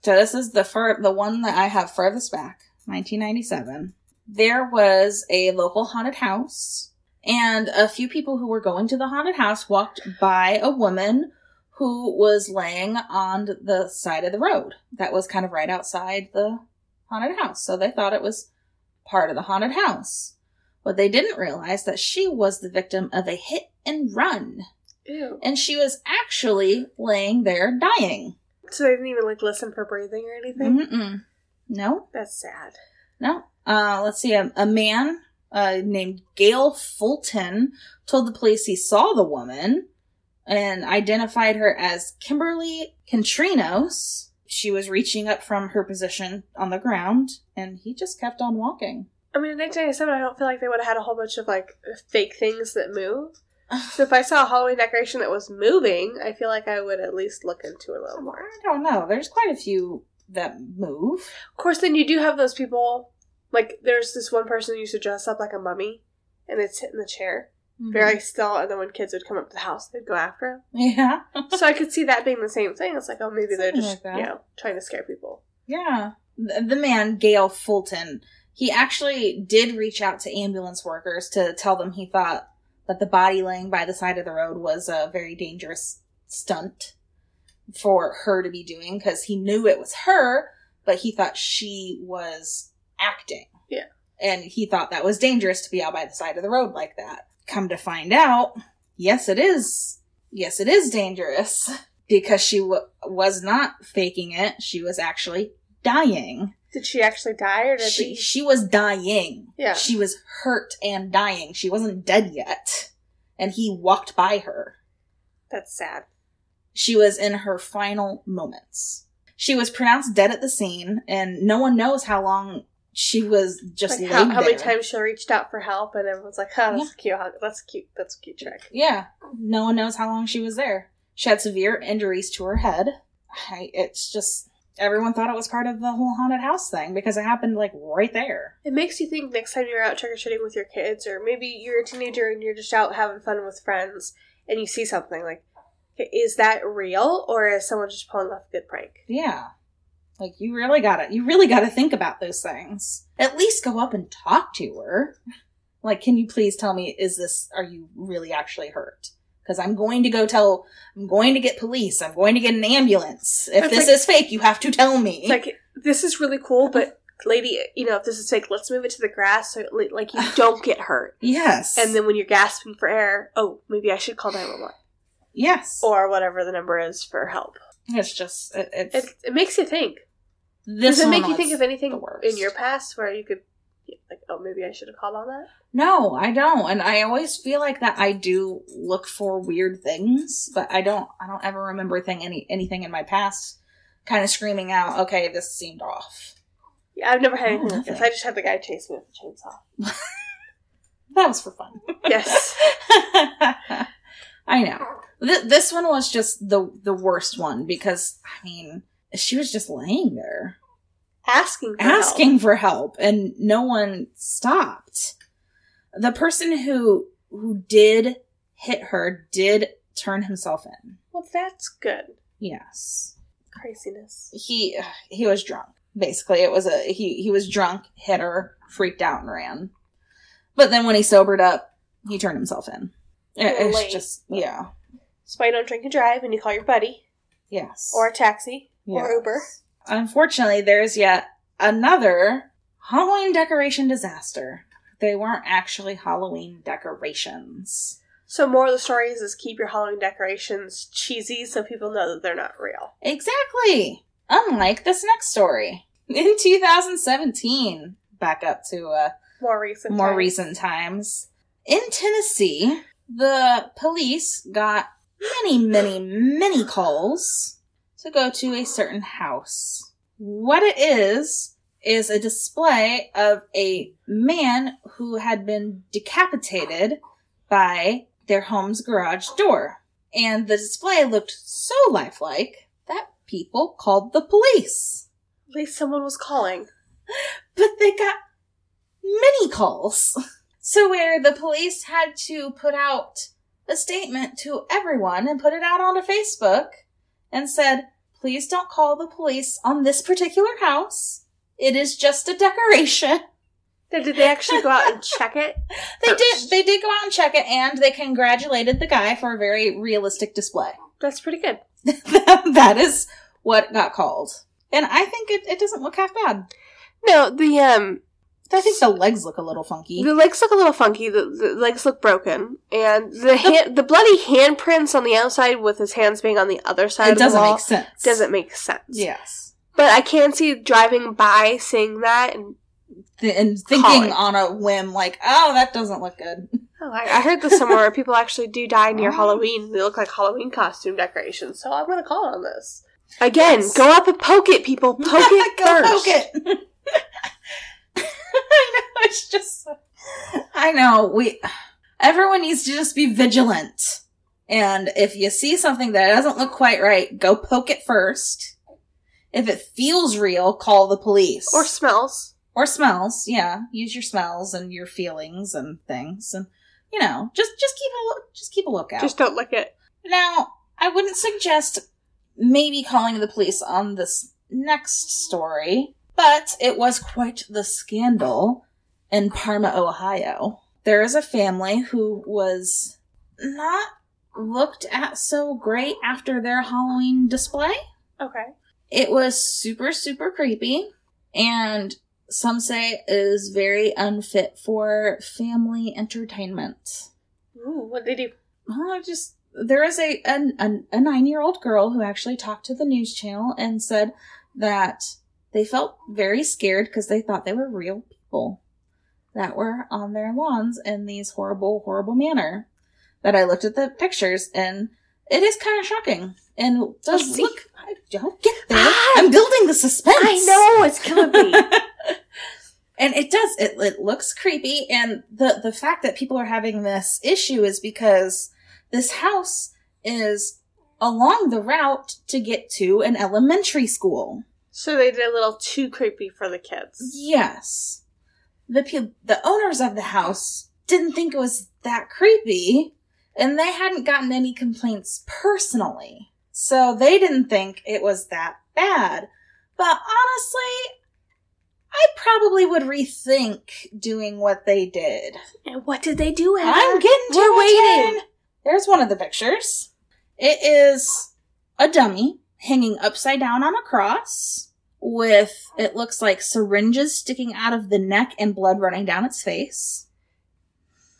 D: So this is the fir- the one that I have furthest back. 1997. There was a local haunted house and a few people who were going to the haunted house walked by a woman who was laying on the side of the road that was kind of right outside the haunted house, so they thought it was part of the haunted house. What they didn't realize that she was the victim of a hit and run,
C: Ew.
D: and she was actually laying there dying.
C: So they didn't even like listen for breathing or anything.
D: Mm-mm. No,
C: That's sad.
D: No. Uh, let's see. A, a man uh, named Gail Fulton told the police he saw the woman and identified her as Kimberly Contrinos. She was reaching up from her position on the ground, and he just kept on walking.
C: I mean, in 1997, I don't feel like they would have had a whole bunch of like fake things that
D: (sighs)
C: move. So if I saw a Halloween decoration that was moving, I feel like I would at least look into it a little more.
D: I don't know. There's quite a few that move.
C: Of course, then you do have those people. Like, there's this one person who used to dress up like a mummy, and they'd sit in the chair,
D: Mm-hmm.
C: very still, and then when kids would come up to the house, they'd go after him.
D: Yeah. (laughs)
C: so I could see that being the same thing. It's like, oh, maybe they're
D: Something
C: just,
D: like that.
C: you know, trying to scare people.
D: Yeah. The, the man, Gail Fulton, he actually did reach out to ambulance workers to tell them he thought that the body laying by the side of the road was a very dangerous stunt for her to be doing because he knew it was her, but he thought she was acting.
C: Yeah.
D: And he thought that was dangerous to be out by the side of the road like that. Come to find out, yes, it is. Yes, it is dangerous (laughs) because she w- was not faking it. She was actually dying.
C: Did she actually die, or did
D: She,
C: she?
D: she was dying.
C: Yeah.
D: She was hurt and dying. She wasn't dead yet. And he walked by her.
C: That's sad.
D: She was in her final moments. She was pronounced dead at the scene, and no one knows how long she was just laid
C: like how, how many
D: there.
C: times she reached out for help, and everyone's like, "Oh, that's cute. huh? That's cute. That's a cute trick."
D: Yeah, no one knows how long she was there. She had severe injuries to her head. I, it's just everyone thought it was part of the whole haunted house thing because it happened like right there.
C: It makes you think next time you're out trick or treating with your kids, or maybe you're a teenager and you're just out having fun with friends, and you see something like, okay, "Is that real, or is someone just pulling off a good prank?"
D: Yeah, like you really got to you really got to think about those things. At least go up and talk to her. Like, can you please tell me? Is this are you really actually hurt? Because I'm going to go tell. I'm going to get police. I'm going to get an ambulance. If
C: It's
D: this
C: like-
D: is fake, you have to tell me.
C: It's like this is really cool,
D: Uh-huh.
C: but lady, you know, if this is fake, let's move it to the grass so like you
D: (sighs)
C: don't get hurt.
D: yes,
C: And then when you're gasping for air, oh, maybe I should call 911
D: yes,
C: or whatever the number is for help.
D: it's just it, it's
C: It, it makes you think.
D: this
C: Does it
D: one
C: make you
D: was-
C: think of
D: the
C: anything
D: worst.
C: in your past where you could, like, oh, maybe I should have called on that?
D: no i don't and i always feel like that i do look for weird things but i don't i don't ever remember thing any anything in my past kind of screaming out okay this seemed off
C: Yeah, I've never
D: Oh,
C: had anything like this.
D: nothing.
C: I just had the guy chase me with a (laughs) chainsaw.
D: that was for fun (laughs)
C: Yes.
D: i know Th- this one was just the the worst one because i mean she was just laying there
C: Asking for
D: asking
C: help.
D: for help and no one stopped the person who who did hit her did turn himself in
C: Well, that's good.
D: yes
C: Craziness.
D: he he was drunk basically it was a he he was drunk hit her freaked out and ran but then when he sobered up he turned himself in It-
C: Too
D: it's
C: late.
D: just yeah
C: So why don't drink and drive and you call your buddy
D: yes
C: or a taxi or
D: Yes.
C: Uber?
D: Unfortunately, there's yet another Halloween decoration disaster. They weren't actually Halloween decorations.
C: So more of the story is, is keep your Halloween decorations cheesy so people know that they're not real.
D: Exactly. Unlike this next story. In 2017, back up to uh,
C: More recent.
D: more
C: times.
D: recent times, in Tennessee, the police got many, many, many calls to go to a certain house. What it is, is a display of a man who had been decapitated by their home's garage door. And the display looked so lifelike that people called the police.
C: At least someone was calling.
D: But they got many calls. So where the police had to put out a statement to everyone and put it out onto Facebook and said, please don't call the police on this particular house. It is just a decoration.
C: Now, did they actually go (laughs) out and check it?
D: They did they did go out and check it and they congratulated the guy for a very realistic display. (laughs)
C: That's pretty good.
D: that is what got called. And I think it, it doesn't look half bad.
C: No, the um,
D: I think the legs look a little funky.
C: the legs look a little funky. The, the legs look broken,
D: (laughs)
C: and the hand, the bloody handprints on the outside with his hands being on the other side.
D: It
C: of the
D: doesn't
C: wall
D: make sense.
C: Doesn't make sense.
D: Yes.
C: but I can see driving by, seeing that, and
D: Th- and thinking
C: Calling.
D: on a whim, like, oh, that doesn't look good. (laughs)
C: Oh, I, I heard this somewhere. where People actually do die near
D: Oh.
C: Halloween. They look like Halloween costume decorations. So I'm gonna call on this again.
D: Yes.
C: Go up and poke
D: (laughs)
C: it, people. Poke it
D: Go
C: first.
D: poke it. (laughs) I know. It's just. I know. We. Everyone needs to just be vigilant. And if you see something that doesn't look quite right, go poke it first. If it feels real, call the police.
C: Or smells.
D: or smells. Yeah, use your smells and your feelings and things, and you know, just just keep a look, just keep a lookout.
C: Just don't lick it.
D: now, I wouldn't suggest maybe calling the police on this next story, but it was quite the scandal in Parma, Ohio. There is a family who was not looked at so great after their Halloween display
C: Okay.
D: it was super super creepy and some say is very unfit for family entertainment
C: Ooh, what did you?
D: well, i just there is a an, an, a nine year old girl who actually talked to the news channel and said that they felt very scared because they thought they were real people that were on their lawns in these horrible horrible manner that i looked at the pictures and it is kind of shocking and does
C: see.
D: look i don't get there
C: Ah!
D: i'm building the suspense
C: I know it's killing me.
D: (laughs) and it does. It, it looks creepy. And the, the fact that people are having this issue is because this house is along the route to get to an elementary school.
C: so they did a little too creepy for the kids.
D: Yes. The pe- the owners of the house didn't think it was that creepy and they hadn't gotten any complaints personally. So they didn't think it was that bad. But honestly, I probably would rethink doing what they did.
C: And what did they do? Heather?
D: I'm getting to
C: We're
D: it,
C: waiting.
D: Jen. There's one of the pictures. It is a dummy hanging upside down on a cross with it looks like syringes sticking out of the neck and blood running down its face.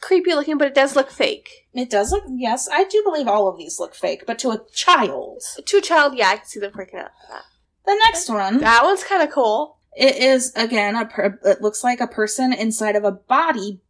C: Creepy looking, but it does look fake.
D: It does look yes, I do believe all of these look fake, but to a child.
C: To a child, yeah, I can see them freaking out. at that.
D: The next one
C: That one's kind of cool.
D: It is again a. Per- it looks like a person inside of a body,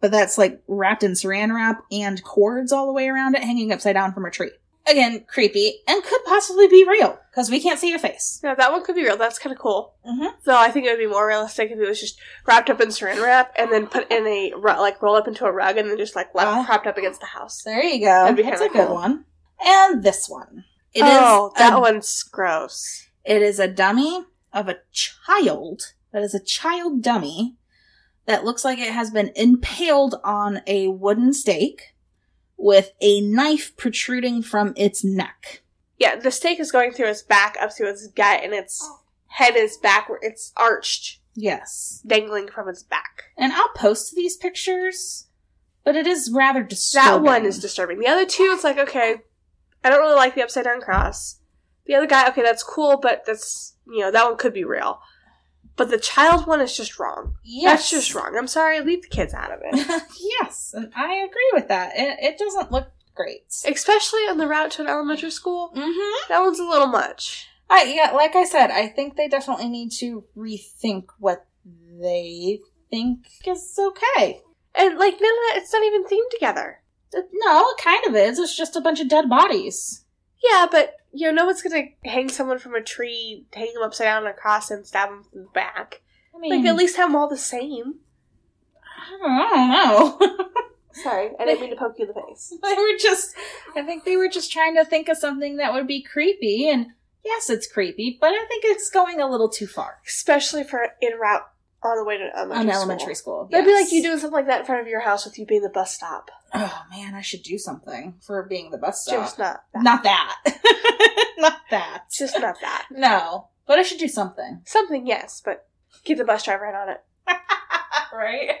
D: but that's like wrapped in saran wrap and cords all the way around it, hanging upside down from a tree. Again, creepy and could possibly be real because we can't see a face.
C: No, that one could be real. That's kind of cool.
D: Mm-hmm.
C: Though I think it would be more realistic if it was just wrapped up in saran wrap and then put in a ru- like roll up into a rug and then just like left
D: Ah.
C: propped up against the house.
D: There you go.
C: That'd be
D: That's a
C: kinda
D: good
C: cool.
D: one. And this one. It is um,
C: oh, that
D: a-
C: one's gross.
D: It is a dummy of a child. That is a child dummy that looks like it has been impaled on a wooden stake with a knife protruding from its neck.
C: Yeah, the stake is going through its back up to its gut and its head is backward. It's arched,
D: Yes.
C: dangling from its back.
D: And I'll post these pictures, but it is rather disturbing.
C: That one is disturbing. The other two, it's like okay, I don't really like the upside down cross. The other guy, okay, that's cool, but that's you know that one could be real. But the child one is just wrong.
D: Yes. (laughs)
C: That's just wrong. I'm sorry. Leave the kids out of it. (laughs)
D: yes, and I agree with that. It, it doesn't look great.
C: especially on the route to an elementary school.
D: Mm-hmm.
C: That one's a little much.
D: I yeah, like I said, I think they definitely need to rethink what they think is okay.
C: And like none of that, it's not even themed together.
D: Uh, No, it kind of is. It's just a bunch of dead bodies.
C: Yeah, but you know, no one's gonna hang someone from a tree, hang them upside down and across, and stab them from the back.
D: I
C: Like
D: mean,
C: at least have them all the same.
D: I don't know. (laughs)
C: Sorry, I didn't mean to poke you in the face.
D: they were just, I think they were just trying to think of something that would be creepy. And yes, it's creepy, but I think it's going a little too far.
C: Especially for in route on the way to an elementary
D: An
C: school.
D: elementary school.
C: That'd be
D: yes.
C: like you doing something like that in front of your house with you being the bus stop.
D: Oh man, I should do something for being the bus stop.
C: Just not that.
D: Not that. (laughs) Not that.
C: It's just not that.
D: No, but I should do something.
C: Something, yes, but get the bus driver in on it.
D: right? (laughs)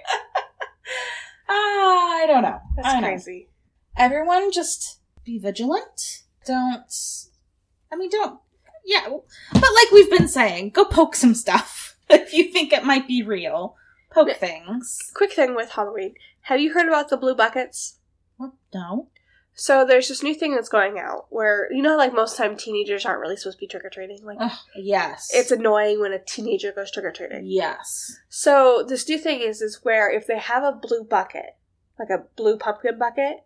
D: Ah, I don't know. I
C: That's
D: don't know.
C: crazy.
D: Everyone, just be vigilant. Don't. I mean, don't. Yeah, but like we've been saying, go poke some stuff. (laughs) if you think it might be real. Poke
C: Yeah.
D: things.
C: Quick thing with Halloween. Have you heard about the blue buckets?
D: What? No.
C: So there's this new thing that's going out where you know how, like most time teenagers aren't really supposed to be trick or treating. Like
D: Ugh, Oh, yes.
C: it's annoying when a teenager goes trick or treating.
D: yes.
C: So this new thing is is where if they have a blue bucket, like a blue pumpkin bucket,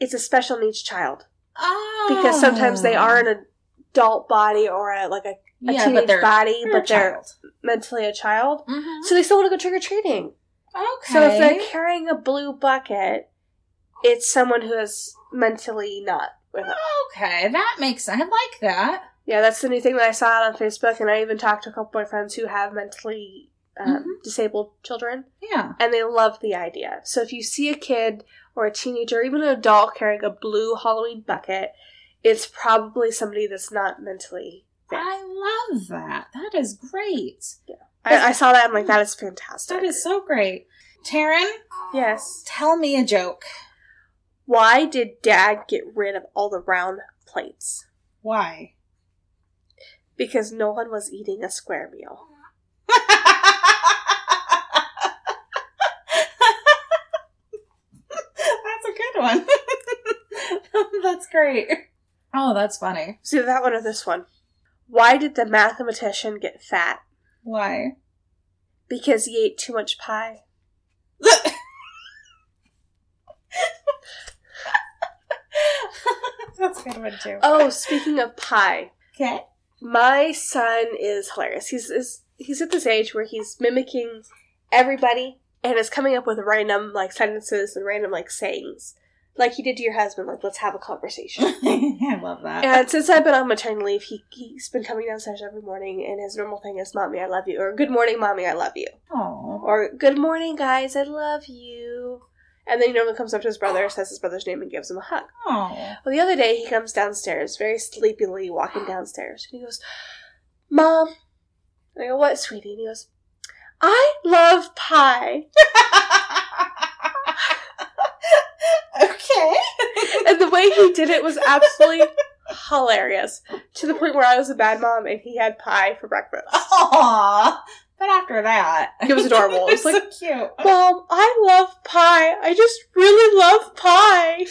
C: it's a special needs child
D: Oh.
C: because sometimes they are an adult body or a, like a, a
D: yeah,
C: teenage
D: but they're,
C: body,
D: they're a
C: but they're
D: child.
C: mentally a child.
D: Mhm.
C: So they still want to go trick or treating.
D: Okay.
C: So if they're carrying a blue bucket, it's someone who is mentally not with it.
D: okay, that makes sense. I like that.
C: Yeah, that's the new thing that I saw out on Facebook, and I even talked to a couple of my friends who have mentally um,
D: Mhm.
C: disabled children,
D: Yeah.
C: and they love the idea. So if you see a kid or a teenager, even an adult carrying a blue Halloween bucket, it's probably somebody that's not mentally. Yeah.
D: I love that. That is great.
C: I, I saw that. I'm like, that is fantastic.
D: That is so great. Taryn,
C: yes.
D: tell me a joke.
C: Why did Dad get rid of all the round plates?
D: (laughs) Why?
C: because no one was eating a square meal.
D: That's a good one. (laughs) that's great. Oh, that's funny.
C: So that one or this one. Why did the mathematician get fat?
D: Why? (laughs)
C: Because he ate too much pie.
D: that's a good one too.
C: Oh, speaking of pie,
D: Okay. (laughs)
C: my son is hilarious. He's is, he's at this age where he's mimicking everybody and is coming up with random like sentences and random like sayings, like he did to your husband. Like, let's have a conversation.
D: I love that.
C: and since I've been on maternity leave, he he's been coming downstairs every morning, and his normal thing is "Mommy, I love you" or "Good morning, Mommy, I love you."
D: oh.
C: or good morning guys i love you and then he normally comes up to his brother says his brother's name and gives him a hug
D: oh.
C: well the other day he comes downstairs very sleepily walking downstairs and he goes mom and i go what sweetie and he goes i love pie
D: (laughs) okay.
C: and the way he did it was absolutely hilarious to the point where i was a bad mom and he had pie for breakfast
D: Aww. But after that,
C: It
D: (laughs)
C: was adorable. It
D: It's
C: was like-
D: so cute.
C: mom i love pie i just really love pie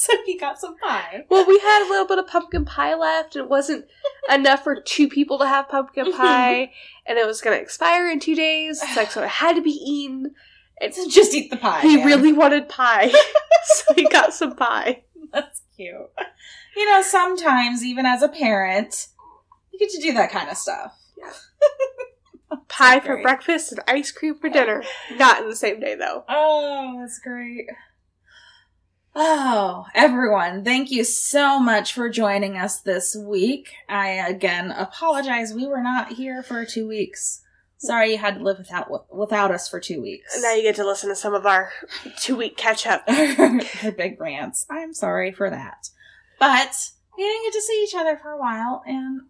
D: so he got some pie.
C: (laughs)
D: (laughs)
C: Well, we had a little bit of pumpkin pie left. It wasn't enough for two people to have (laughs) pumpkin pie, and it was going to expire in two days. It's like, so it had to be (sighs) eaten. And
D: Just eat the pie.
C: he
D: man.
C: really wanted (laughs) pie, so he got some pie.
D: (laughs) That's cute. You know, sometimes even as a parent, you get to do that kind of stuff.
C: Pie for
D: great.
C: breakfast and ice cream for dinner. Not in the same day, though.
D: Oh, that's great. Oh, everyone, thank you so much for joining us this week. I again apologize. We were not here for two weeks. Sorry you had to live without without us for two weeks.
C: Now you get to listen to some of our two week catch up.
D: her (laughs) big rants. I'm sorry for that. But we didn't get to see each other for a while, and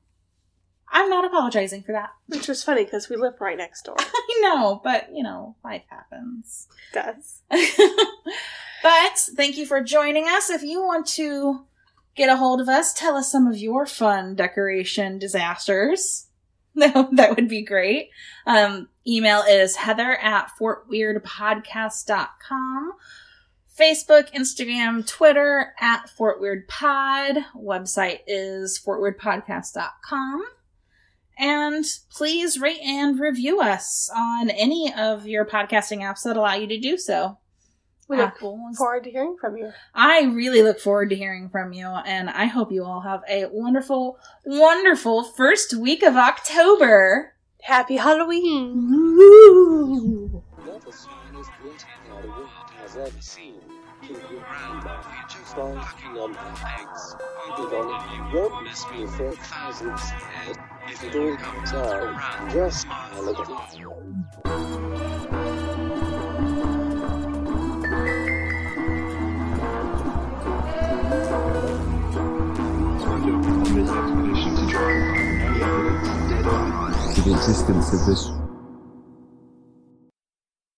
D: I'm not apologizing for that. (laughs)
C: Which was funny because we live right next (laughs) door.
D: I know, but you know, life happens. (laughs)
C: It does.
D: but thank you for joining us. If you want to get a hold of us, tell us some of your fun decoration disasters. (laughs) No, that would be great. Um, email is heather at fortweirdpodcast.com. Facebook, Instagram, Twitter at fortweirdpod. Website is fortweirdpodcast.com. And please rate and review us on any of your podcasting apps that allow you to do so.
C: We look
D: Apple is-
C: forward to hearing from you.
D: I really look forward to hearing from you, and I hope you all have a wonderful, wonderful first week of October.
C: Happy Halloween!
B: You're the smartest antenna the world has ever seen. You're around my features by looking on my legs. I think on it you won't miss me for thousands years. If you don't come to around, just smile at me.
A: This expedition to try and find any evidence, dead or alive,
E: The existence of this